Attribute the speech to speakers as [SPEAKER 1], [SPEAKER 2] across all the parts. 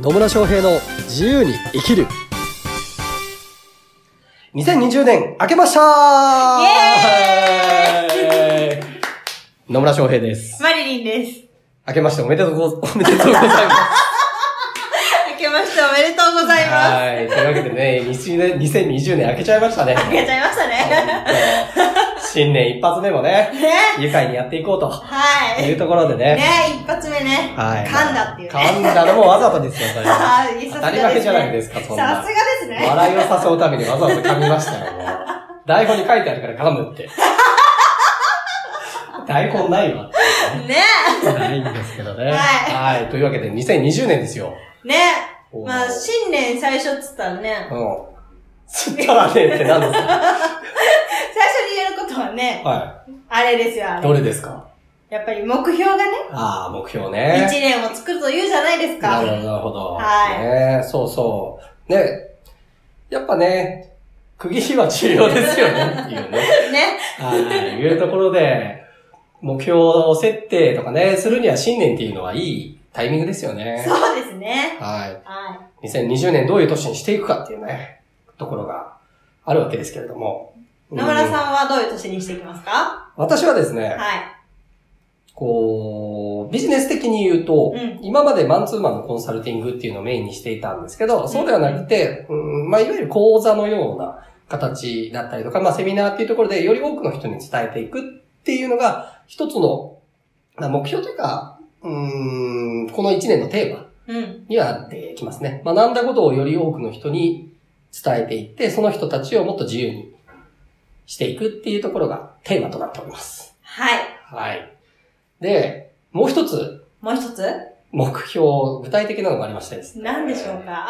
[SPEAKER 1] 野村翔平の自由に生きる。2020年明けました
[SPEAKER 2] イ
[SPEAKER 1] 野村翔平です。
[SPEAKER 2] マリリンです。
[SPEAKER 1] 明けましておめでとうご、 おめでとうございます。
[SPEAKER 2] 明けましておめでとうございます。
[SPEAKER 1] はい。というわけでね、2020 2020年明けちゃいましたね。
[SPEAKER 2] 明けちゃいましたね。
[SPEAKER 1] 新年一発目もね、
[SPEAKER 2] ね。
[SPEAKER 1] 愉快にやっていこうと
[SPEAKER 2] はい。
[SPEAKER 1] いう
[SPEAKER 2] ね
[SPEAKER 1] ところでね。
[SPEAKER 2] 一発目ね。
[SPEAKER 1] はい
[SPEAKER 2] 噛んだっていうね。
[SPEAKER 1] 噛んだのもわざとですよ、それは。
[SPEAKER 2] はい
[SPEAKER 1] 当たり前じゃないですかそんな
[SPEAKER 2] さすがですね。
[SPEAKER 1] 笑いを誘うためにわざわざ噛みましたよ、もう。台本に書いてあるから噛むっ て。台本ないわ。
[SPEAKER 2] ね
[SPEAKER 1] ないんですけどね。。
[SPEAKER 2] はい
[SPEAKER 1] というわけで、2020年ですよ。
[SPEAKER 2] ね
[SPEAKER 1] おー
[SPEAKER 2] まあ、新年最初っつったらね、
[SPEAKER 1] うん。つったらねって何です か
[SPEAKER 2] 最初に言えることはね、
[SPEAKER 1] は
[SPEAKER 2] あれですよ、あ
[SPEAKER 1] い。
[SPEAKER 2] の
[SPEAKER 1] どれですか
[SPEAKER 2] やっぱり目標がね、
[SPEAKER 1] ああ、目標
[SPEAKER 2] 一
[SPEAKER 1] ね。
[SPEAKER 2] 年を作ると言うじゃないです
[SPEAKER 1] な
[SPEAKER 2] か。
[SPEAKER 1] るほど、なるほど。
[SPEAKER 2] はい
[SPEAKER 1] ねえそうそう。ねやっぱね、区切りは重要ですよね、っていうね。
[SPEAKER 2] ね。
[SPEAKER 1] はい、いうところで、目標を設定とかね、するには新年っていうのはいいタイミングですよね。
[SPEAKER 2] そうですね。
[SPEAKER 1] は。
[SPEAKER 2] はい
[SPEAKER 1] 2020年どういう年にしていくかっていうね、ところがあるわけですけれども。
[SPEAKER 2] い。野村
[SPEAKER 1] うん
[SPEAKER 2] さんはどういう年にしていきますか
[SPEAKER 1] 私はですね、
[SPEAKER 2] はい。
[SPEAKER 1] こう、ビジネス的に言うと、
[SPEAKER 2] うん
[SPEAKER 1] 今までマンツーマンのコンサルティングっていうのをメインにしていたんですけど、そうではなくて、うんまあ、いわゆる講座のような形だったりとか、まあ、セミナーっていうところでより多くの人に伝えていくっていうのが、一つの、まあ、目標というか、うん、この一年のテーマ
[SPEAKER 2] うん。
[SPEAKER 1] にはなってきますね。学んだことをより多くの人に伝えていって、その人たちをもっと自由にしていくっていうところがテーマとなっております。
[SPEAKER 2] はい。
[SPEAKER 1] はい。で、もう一つ、
[SPEAKER 2] もう一つ
[SPEAKER 1] 目標、具体的なのがありまして ですね。
[SPEAKER 2] 何でしょうか、、
[SPEAKER 1] な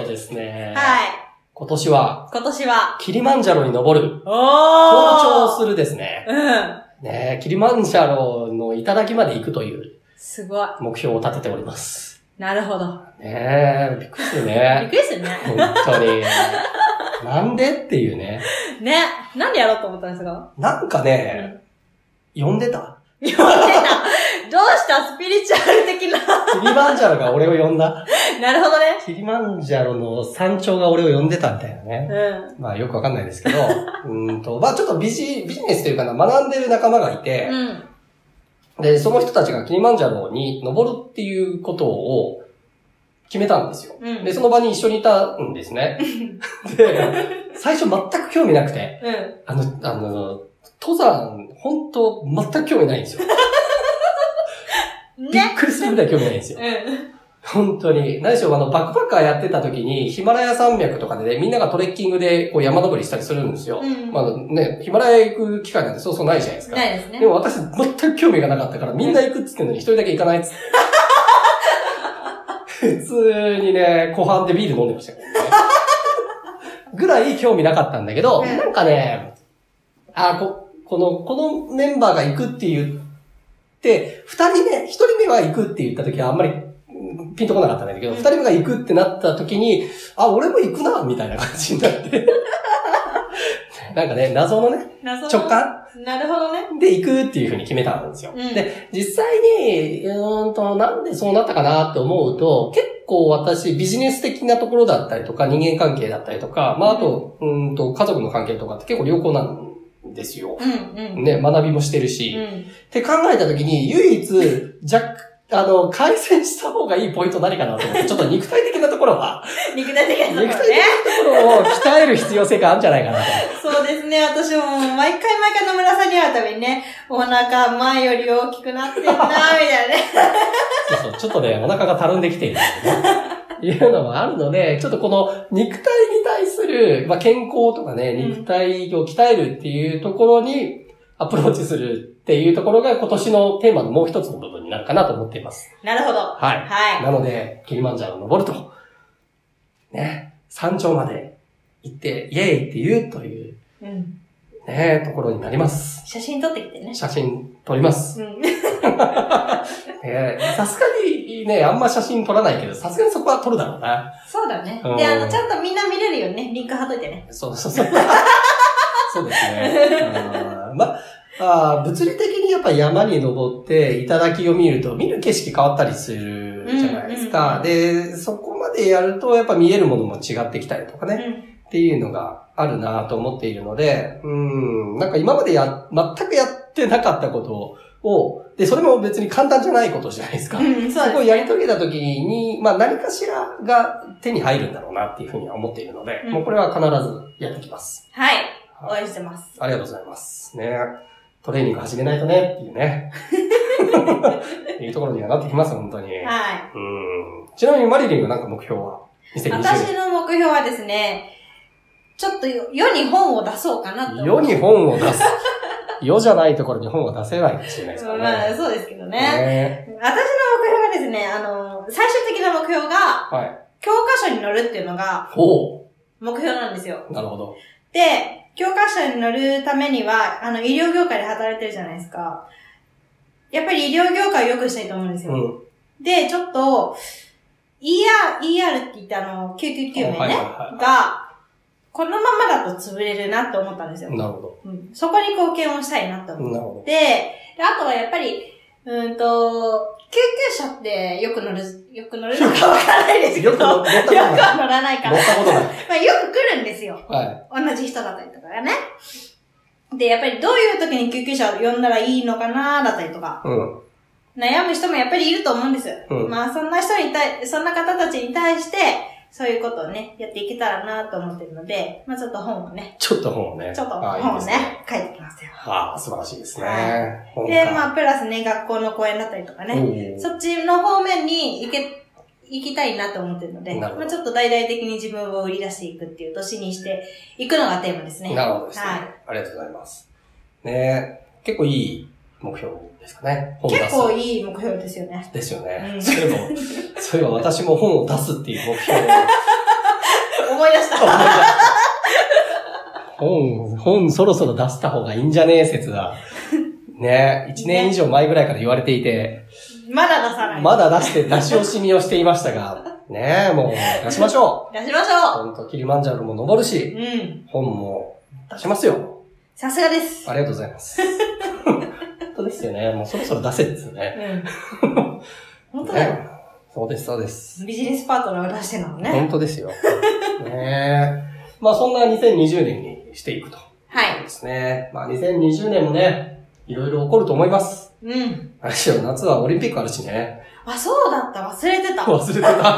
[SPEAKER 1] んとですね
[SPEAKER 2] はい。
[SPEAKER 1] 今年は、
[SPEAKER 2] 今年は。
[SPEAKER 1] キリマンジャロに登る、
[SPEAKER 2] お
[SPEAKER 1] 登頂
[SPEAKER 2] る。
[SPEAKER 1] するですね。
[SPEAKER 2] うん。
[SPEAKER 1] ねキリマンジャロの頂まで行くという
[SPEAKER 2] すごい。
[SPEAKER 1] 目標を立てております。
[SPEAKER 2] なるほど。
[SPEAKER 1] ねびっくりする
[SPEAKER 2] びっ
[SPEAKER 1] ね。
[SPEAKER 2] くりするね。
[SPEAKER 1] 本当に。なんでっていうね。
[SPEAKER 2] ね。なんでやろうと思ったんですか
[SPEAKER 1] なんかね、呼んでた。
[SPEAKER 2] 呼んでた。どうしたスピリチュアル的な。
[SPEAKER 1] キリマンジャロが俺を呼んだ。
[SPEAKER 2] なるほどね。
[SPEAKER 1] キリマンジャロの山頂が俺を呼んでたみたいなね。
[SPEAKER 2] うん。
[SPEAKER 1] まあよくわかんないですけ ど、うーんと、まあちょっとビジ、ビジネスというかな、学んでる仲間がいて、
[SPEAKER 2] うん。
[SPEAKER 1] で、その人たちがキリマンジャロに登るっていうことを決めたんですよ。
[SPEAKER 2] うん。
[SPEAKER 1] で、その場に一緒にいたんです ね。で、最初全く興味なくて、
[SPEAKER 2] うん。
[SPEAKER 1] あの、あの、登山、本当全く興味ないんですよ。びっ
[SPEAKER 2] ね。
[SPEAKER 1] くりするぐらい興味ないんですよ。
[SPEAKER 2] うん。
[SPEAKER 1] 本当に。何しろあの、バックパッカーやってた時に、ヒマラヤ山脈とかでね、みんながトレッキングでこう山登りしたりするんですよ。
[SPEAKER 2] うん
[SPEAKER 1] まあね、ヒマラヤ行く機会なんてそうそうないじゃないですか。
[SPEAKER 2] ないですね
[SPEAKER 1] で。も私、全く興味がなかったから、みんな行くっつってんのに一人だけ行かないっつって。普通にね、湖畔でビール飲んでましたけどね。ぐらい興味なかったんだけど、
[SPEAKER 2] うん
[SPEAKER 1] なんかね、あこ、この、このメンバーが行くって言って、二人目、一人目は行くって言った時はあんまりうんピンとこなかったんだけど、
[SPEAKER 2] うん
[SPEAKER 1] 二人目が行くってなった時に、あ、俺も行くな、みたいな感じになって。なんかね、謎のね、
[SPEAKER 2] 直
[SPEAKER 1] 直感
[SPEAKER 2] なるほどね。
[SPEAKER 1] で行くっていうふうに決めたんですよ。
[SPEAKER 2] うん
[SPEAKER 1] で、実際に、うーんと、なんでそうなったかなって思うと、結構私ビジネス的なところだったりとか、人間関係だったりとか、まああと、うーんと、家族の関係とかって結構良好なんですよ。
[SPEAKER 2] うんうん。
[SPEAKER 1] ね、学びもしてる
[SPEAKER 2] う
[SPEAKER 1] し。
[SPEAKER 2] ん。
[SPEAKER 1] って考えたときに、唯一、若あの、改善した方がいいポイント何かなと思って、ちょっと肉体的なところは、
[SPEAKER 2] 肉体的な
[SPEAKER 1] 肉
[SPEAKER 2] と
[SPEAKER 1] 体
[SPEAKER 2] こ
[SPEAKER 1] 的
[SPEAKER 2] ろね。
[SPEAKER 1] なところを鍛える必要性があるんじゃないかなと。
[SPEAKER 2] そうですね。私も毎回毎回野村さんに会うたびにね、お腹前より大きくなってんな、みたいなね。
[SPEAKER 1] そうそう、ちょっとね、お腹がたるんできている、 いうのもあるので、ちょっとこの肉体に対する、まあ、健康とかね、
[SPEAKER 2] うん
[SPEAKER 1] 肉体を鍛えるっていうところにアプローチするっていうところが今年のテーマのもう一つの部分になるかなと思っています。
[SPEAKER 2] なるほど。
[SPEAKER 1] はい。
[SPEAKER 2] はい。
[SPEAKER 1] なので、キリマンジャロを登ると、ね、山頂まで行って、イエーイって言うという、
[SPEAKER 2] うん。
[SPEAKER 1] ね、ところになります。
[SPEAKER 2] 写真撮ってきてね。
[SPEAKER 1] 写真撮ります。
[SPEAKER 2] うん。
[SPEAKER 1] えーさすがにね、あんま写真撮らないけど、さすがにそこは撮るだろうな。
[SPEAKER 2] そうだね。
[SPEAKER 1] うん
[SPEAKER 2] で、あの、ちゃんとみんな見れるようにね、リンク貼っといてね。
[SPEAKER 1] そうそう そう。そうですね。あーまあー、物理的にやっぱ山に登って、頂を見ると、見る景色変わったりするじゃないですですか。で、そこまでやると、やっぱ見えるものも違ってきたりとかね。っていうのがあるなと思っているので、うん、なんか今までや、全くやってなかったことを、で、それも別に簡単じゃないことじゃないですか。
[SPEAKER 2] うん、うん、そ
[SPEAKER 1] そ
[SPEAKER 2] うです
[SPEAKER 1] こをやり遂げた時に、まあ何かしらが手に入るんだろうなっていうふうには思っているので、
[SPEAKER 2] うん
[SPEAKER 1] もうこれは必ずやってきます。
[SPEAKER 2] はい。応
[SPEAKER 1] はい
[SPEAKER 2] 援してます。
[SPEAKER 1] ありがとうございます。ね。トレーニング始めないとねっていう ね。いうところにはなってきます、本当に。
[SPEAKER 2] はい。
[SPEAKER 1] うん。ちなみにマリリンはなんか目標は ?2020
[SPEAKER 2] 私の目標はですね、ちょっとよ世に本を出そうかなと。
[SPEAKER 1] 年。世に本を出す。世じゃないところに本を出せないかもしれないですか
[SPEAKER 2] う
[SPEAKER 1] ら
[SPEAKER 2] ん
[SPEAKER 1] ね。
[SPEAKER 2] まあ、そうですけどね。
[SPEAKER 1] ね。
[SPEAKER 2] 私の目標がですね、あの、最終的な目標が、
[SPEAKER 1] はい。
[SPEAKER 2] 教科書に載るっていうのが
[SPEAKER 1] おお
[SPEAKER 2] 目標なんですよ。
[SPEAKER 1] なるほど。
[SPEAKER 2] で、教科書に載るためには、あの、医療業界で働いてるじゃないですか。やっぱり医療業界を良くしたいと思うんです
[SPEAKER 1] う
[SPEAKER 2] よ。
[SPEAKER 1] ん。
[SPEAKER 2] で、ちょっと、ER、ER って言ってあの、救急救
[SPEAKER 1] は
[SPEAKER 2] 命
[SPEAKER 1] いはい
[SPEAKER 2] ね、
[SPEAKER 1] は
[SPEAKER 2] が、このままだと潰れるなって思ったんですよ
[SPEAKER 1] い。。なるほ
[SPEAKER 2] うんそこに貢献をしたいなと
[SPEAKER 1] ど。
[SPEAKER 2] 思っ
[SPEAKER 1] なるほ
[SPEAKER 2] て、であとはやっぱり、うーんと、救急車ってよく乗る、よく乗るのかわからないです
[SPEAKER 1] ど。
[SPEAKER 2] けど、
[SPEAKER 1] よ
[SPEAKER 2] よ
[SPEAKER 1] く乗
[SPEAKER 2] くは
[SPEAKER 1] ったことない。
[SPEAKER 2] 乗らないから
[SPEAKER 1] 乗っ、たことない。
[SPEAKER 2] まあよく来るんですよ。
[SPEAKER 1] はい。
[SPEAKER 2] 同じ人だったりとかがね。で、やっぱりどういう時に救急車を呼んだらいいのかなだったりとか、
[SPEAKER 1] うん。
[SPEAKER 2] 悩む人もやっぱりいると思うんです。
[SPEAKER 1] うん
[SPEAKER 2] まあそんな人に対、そんな方たちに対して、そういうことをね、やっていけたらなと思ってるので、まあちょっと本をね、
[SPEAKER 1] ちょっと本をね。
[SPEAKER 2] ちょっと
[SPEAKER 1] あいい
[SPEAKER 2] 本を
[SPEAKER 1] です
[SPEAKER 2] ね、書いてきますよ。
[SPEAKER 1] ああ、素晴らしいです
[SPEAKER 2] は
[SPEAKER 1] ね。本
[SPEAKER 2] で、
[SPEAKER 1] か
[SPEAKER 2] まあプラスね、学校の講演だったりとかね、
[SPEAKER 1] お
[SPEAKER 2] そっちの方面に行け、行きたいなと思ってるので、
[SPEAKER 1] なるほど
[SPEAKER 2] まあちょっと大々的に自分を売り出していくっていう年にしていくのがテーマですね。
[SPEAKER 1] ーなるほどですね
[SPEAKER 2] はい。
[SPEAKER 1] ありがとうございます。ねえ結構いい目標ですかね。本を出す。
[SPEAKER 2] 結構いい目標ですよね。
[SPEAKER 1] ですよね。
[SPEAKER 2] うん
[SPEAKER 1] そういえ ば、そういえば私も本を出すっていう目標を
[SPEAKER 2] 思い出した。
[SPEAKER 1] 本、本そろそろ出した方がいいんじゃねえ説が。ねえ、一年以上前ぐらいから言われていて、
[SPEAKER 2] まだ出さない。
[SPEAKER 1] まだ出して、出し惜しみをしていましたが、ねえ、もう出しましょ
[SPEAKER 2] 出しまし
[SPEAKER 1] う。
[SPEAKER 2] ょ
[SPEAKER 1] ほんと、キリマンジャロも登る
[SPEAKER 2] う。
[SPEAKER 1] し、
[SPEAKER 2] うん。
[SPEAKER 1] 本も出しますよ。
[SPEAKER 2] さすがです。
[SPEAKER 1] ありがとうござい ます。本当ですよね。もうそろそろ出せですよね。
[SPEAKER 2] うん。本当だよ。
[SPEAKER 1] ねそうです、そうです。
[SPEAKER 2] ビジネスパートナーを出してなのね。
[SPEAKER 1] 本当ですよ。ねえ。まあそんな2020年にしていくと。
[SPEAKER 2] はい。
[SPEAKER 1] ですね。まあ2020年もね、いろいろ起こると思います。
[SPEAKER 2] うん。
[SPEAKER 1] あれしろ、夏はオリンピックあるしね。
[SPEAKER 2] あ、そうだった。忘れてた。忘
[SPEAKER 1] 忘れてた。
[SPEAKER 2] れてた。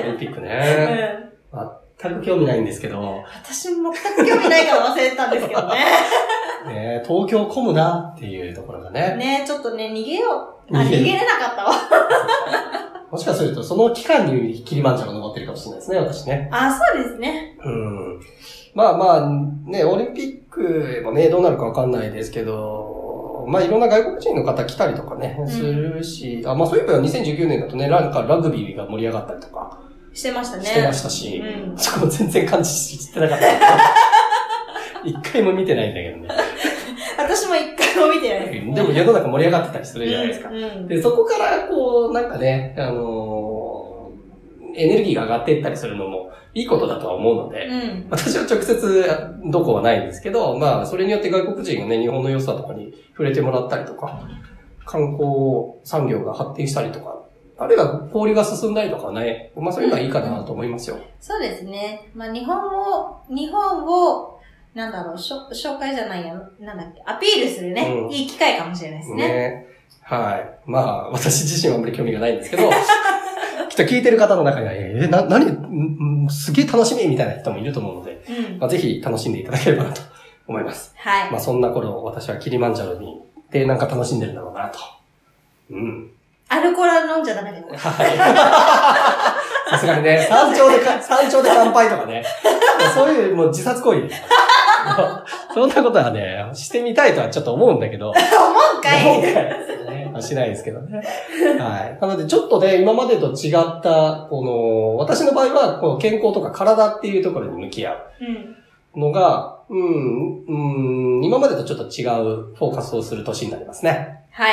[SPEAKER 1] オリンピック
[SPEAKER 2] う
[SPEAKER 1] ね。
[SPEAKER 2] ん。
[SPEAKER 1] 全く興味ないんですけど、
[SPEAKER 2] 私も全く興味ないから忘れてたんですけどね。
[SPEAKER 1] ねえ、東京混むなっていうところがね。
[SPEAKER 2] ねちょっとね、逃げよう。あ、
[SPEAKER 1] 逃
[SPEAKER 2] 逃
[SPEAKER 1] げる
[SPEAKER 2] げれなかったわ。
[SPEAKER 1] もしかするとその期間にキリマンジャロ登ってるかもしれないですね、私ね。
[SPEAKER 2] あ、そうですね。
[SPEAKER 1] うんまあまあ、ね、オリンピックもね、どうなるかわかんないですけど、まあいろんな外国人の方来たりとかね、
[SPEAKER 2] ん
[SPEAKER 1] するし、あまあそういえば2019年だとね、なんかラグビーが盛り上がったりとか
[SPEAKER 2] してましたね。
[SPEAKER 1] してましたし、
[SPEAKER 2] うん。
[SPEAKER 1] そこ全然感じしてなかった。 一回も見てないんだけど
[SPEAKER 2] 私も一回も見てない。
[SPEAKER 1] ね。でも世の中盛り上がってたりするじゃないですか。
[SPEAKER 2] うん。うん
[SPEAKER 1] で、そこからこう、なんかね、あのーエネルギーが上がっていったりするのもいいことだとは思うので、
[SPEAKER 2] うん。
[SPEAKER 1] 私は直接どこはないんですけど、まあ、それによって外国人がね、日本の良さとかに触れてもらったりとか、観光産業が発展したりとか、あるいは交流が進んだりとかね、まあそういうのはいいかなと思いますよ。
[SPEAKER 2] そうですね。まあ、日本を、日本を、なんだろう、しょ紹介じゃないや、なんだっけ、アピールするね、
[SPEAKER 1] うん
[SPEAKER 2] いい機会かもしれないですね。
[SPEAKER 1] ね。はい。まあ、私自身はあんまり興味がないんですけど、 きっと聞いてる方の中には、え、な、何、んんすげえ楽しみみたいな人もいると思うので、
[SPEAKER 2] うん。
[SPEAKER 1] まあぜひ楽しんでいただければなと思います。
[SPEAKER 2] はい。
[SPEAKER 1] まあそんな頃、私はキリマンジャロに、で、なんか楽しんでるんだろうなと。うん。
[SPEAKER 2] アルコールは飲んじゃダメだよ。
[SPEAKER 1] はい。さすがに ね、山頂でか、山頂で乾杯とかね。そういう、もう自殺行為。そんなことはね、してみたいとはちょっと思うんだけど。
[SPEAKER 2] 思うかい。
[SPEAKER 1] 今回ですねまあしないですけどね。はい。なので、ちょっとね、今までと違った、この、私の場合は、こう健康とか体っていうところに向き合う
[SPEAKER 2] うん。
[SPEAKER 1] のが、うん、うん、今までとちょっと違うフォーカスをする年になりますね。
[SPEAKER 2] はい。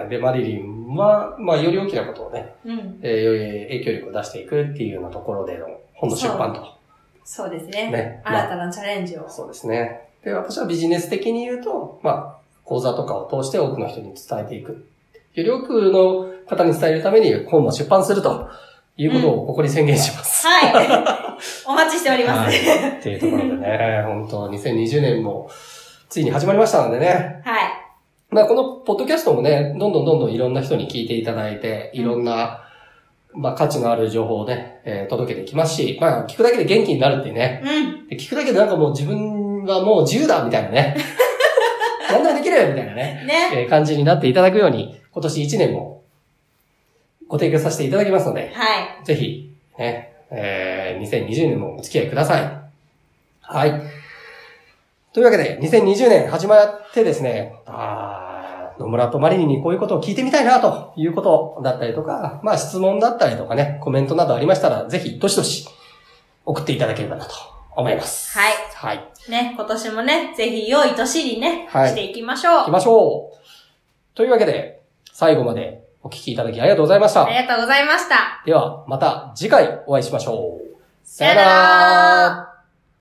[SPEAKER 1] はい。で、マリリンは、まあ、より大きなことをね、
[SPEAKER 2] うん。
[SPEAKER 1] えーより影響力を出していくっていうようなところでの本の出版と。
[SPEAKER 2] そうですね。
[SPEAKER 1] ね
[SPEAKER 2] 新たなチャレンジを。
[SPEAKER 1] そうですね。で、私はビジネス的に言うと、まあ、講座とかを通して多くの人に伝えていく。より多くの方に伝えるために本も出版するということをここに宣言します。
[SPEAKER 2] はい。 お待ちしております。
[SPEAKER 1] はい。っていうところでね、本当2020年もついに始まりましたのでね、
[SPEAKER 2] はい。
[SPEAKER 1] まあこのポッドキャストもね、どんどんどんどんいろんな人に聞いていただいて、いろんな、まあ価値のある情報をね、えー届けていきますし、まあ聞くだけで元気になるっていうね、
[SPEAKER 2] うん。
[SPEAKER 1] で聞くだけでなんかもう自分はもう自由だみたいなね。なんでもできるよみたいなね、
[SPEAKER 2] ね。
[SPEAKER 1] えー感じになっていただくように、今年1年もご提供させていただきますので、
[SPEAKER 2] はい。
[SPEAKER 1] ぜひ、ね、えー2020年もお付き合いください。はい。というわけで、2020年始まってですね、あー野村とマリリンにこういうことを聞いてみたいなということだったりとか、まあ質問だったりとかね、コメントなどありましたら、ぜひ、どしどし送っていただければなと思います。
[SPEAKER 2] はい
[SPEAKER 1] はい。
[SPEAKER 2] ね、今年もね、ぜひ良い年にね、
[SPEAKER 1] はい
[SPEAKER 2] していきましょ
[SPEAKER 1] 行き
[SPEAKER 2] う。
[SPEAKER 1] ましょう。というわけで、最後までお聞きいただきありがとうございまし
[SPEAKER 2] あ
[SPEAKER 1] た。
[SPEAKER 2] りがとうございました。
[SPEAKER 1] では、また次回お会いしましょう。
[SPEAKER 2] さよなら